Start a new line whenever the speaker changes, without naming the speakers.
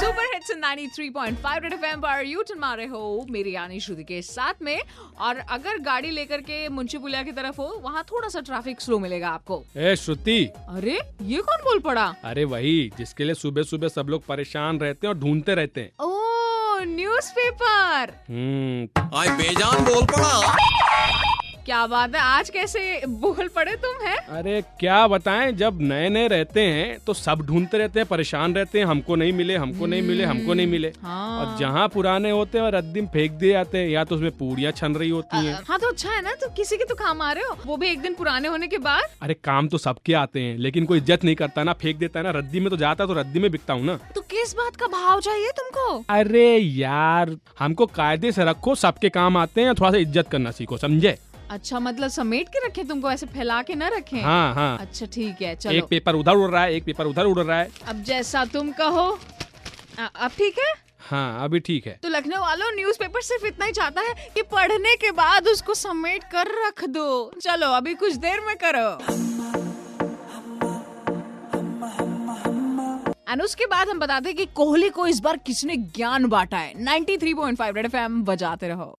super hits 93.5 red FM पर U turn मारे हो मेरी यानी श्रुति के साथ में और अगर गाड़ी लेकर के मुंशी पुलिया की तरफ हो वहाँ थोड़ा सा ट्रैफिक स्लो मिलेगा आपको
ए श्रुति
अरे ये कौन बोल पड़ा
अरे वही जिसके लिए सुबह सुबह सब लोग परेशान रहते हैं और ढूंढते रहते हैं
ओ न्यूज़पेपर
हम्म
आज बेजान बोल पड़ा
क्या बात है आज कैसे बोल पड़े तुम है
अरे क्या बताएं जब नए नए रहते हैं तो सब ढूंढते रहते हैं परेशान रहते हैं हमको नहीं मिले हमको नहीं मिले हमको नहीं मिले और
हाँ
जहाँ पुराने होते हैं और रद्दिम फेंक दिए जाते हैं या तो उसमें पूरियां छन रही होती हैं
हाँ तो अच्छा है ना तुम किसी के तो काम आ रहे हो वो भी एक दिन पुराने होने के बाद
अरे काम तो सबके आते हैं लेकिन कोई इज्जत नहीं करता ना फेंक देता है ना रद्दी में तो जाता तो रद्दी में बिकता हूँ ना
तो किस बात का भाव चाहिए तुमको
अरे यार हमको कायदे से रखो सबके काम आते हैं थोड़ा सा इज्जत करना सीखो समझे
अच्छा मतलब समेट के रखें तुमको ऐसे फैला के ना रखें
हाँ हाँ
अच्छा ठीक है
एक
चलो
पेपर उधर उड़ रहा है एक पेपर उधर उड़ रहा है
अब जैसा तुम कहो अ- अब ठीक है
हाँ अभी ठीक है
तो लखनऊ वालों न्यूज़पेपर सिर्फ इतना ही चाहता है कि पढ़ने के बाद उसको समेट कर रख दो चलो अभी कुछ देर में करो एंड उसके बाद हम बताते हैं कि कोहली को इस बार किसने ज्ञान बांटा है 93.5 रेड एफएम बजाते रहो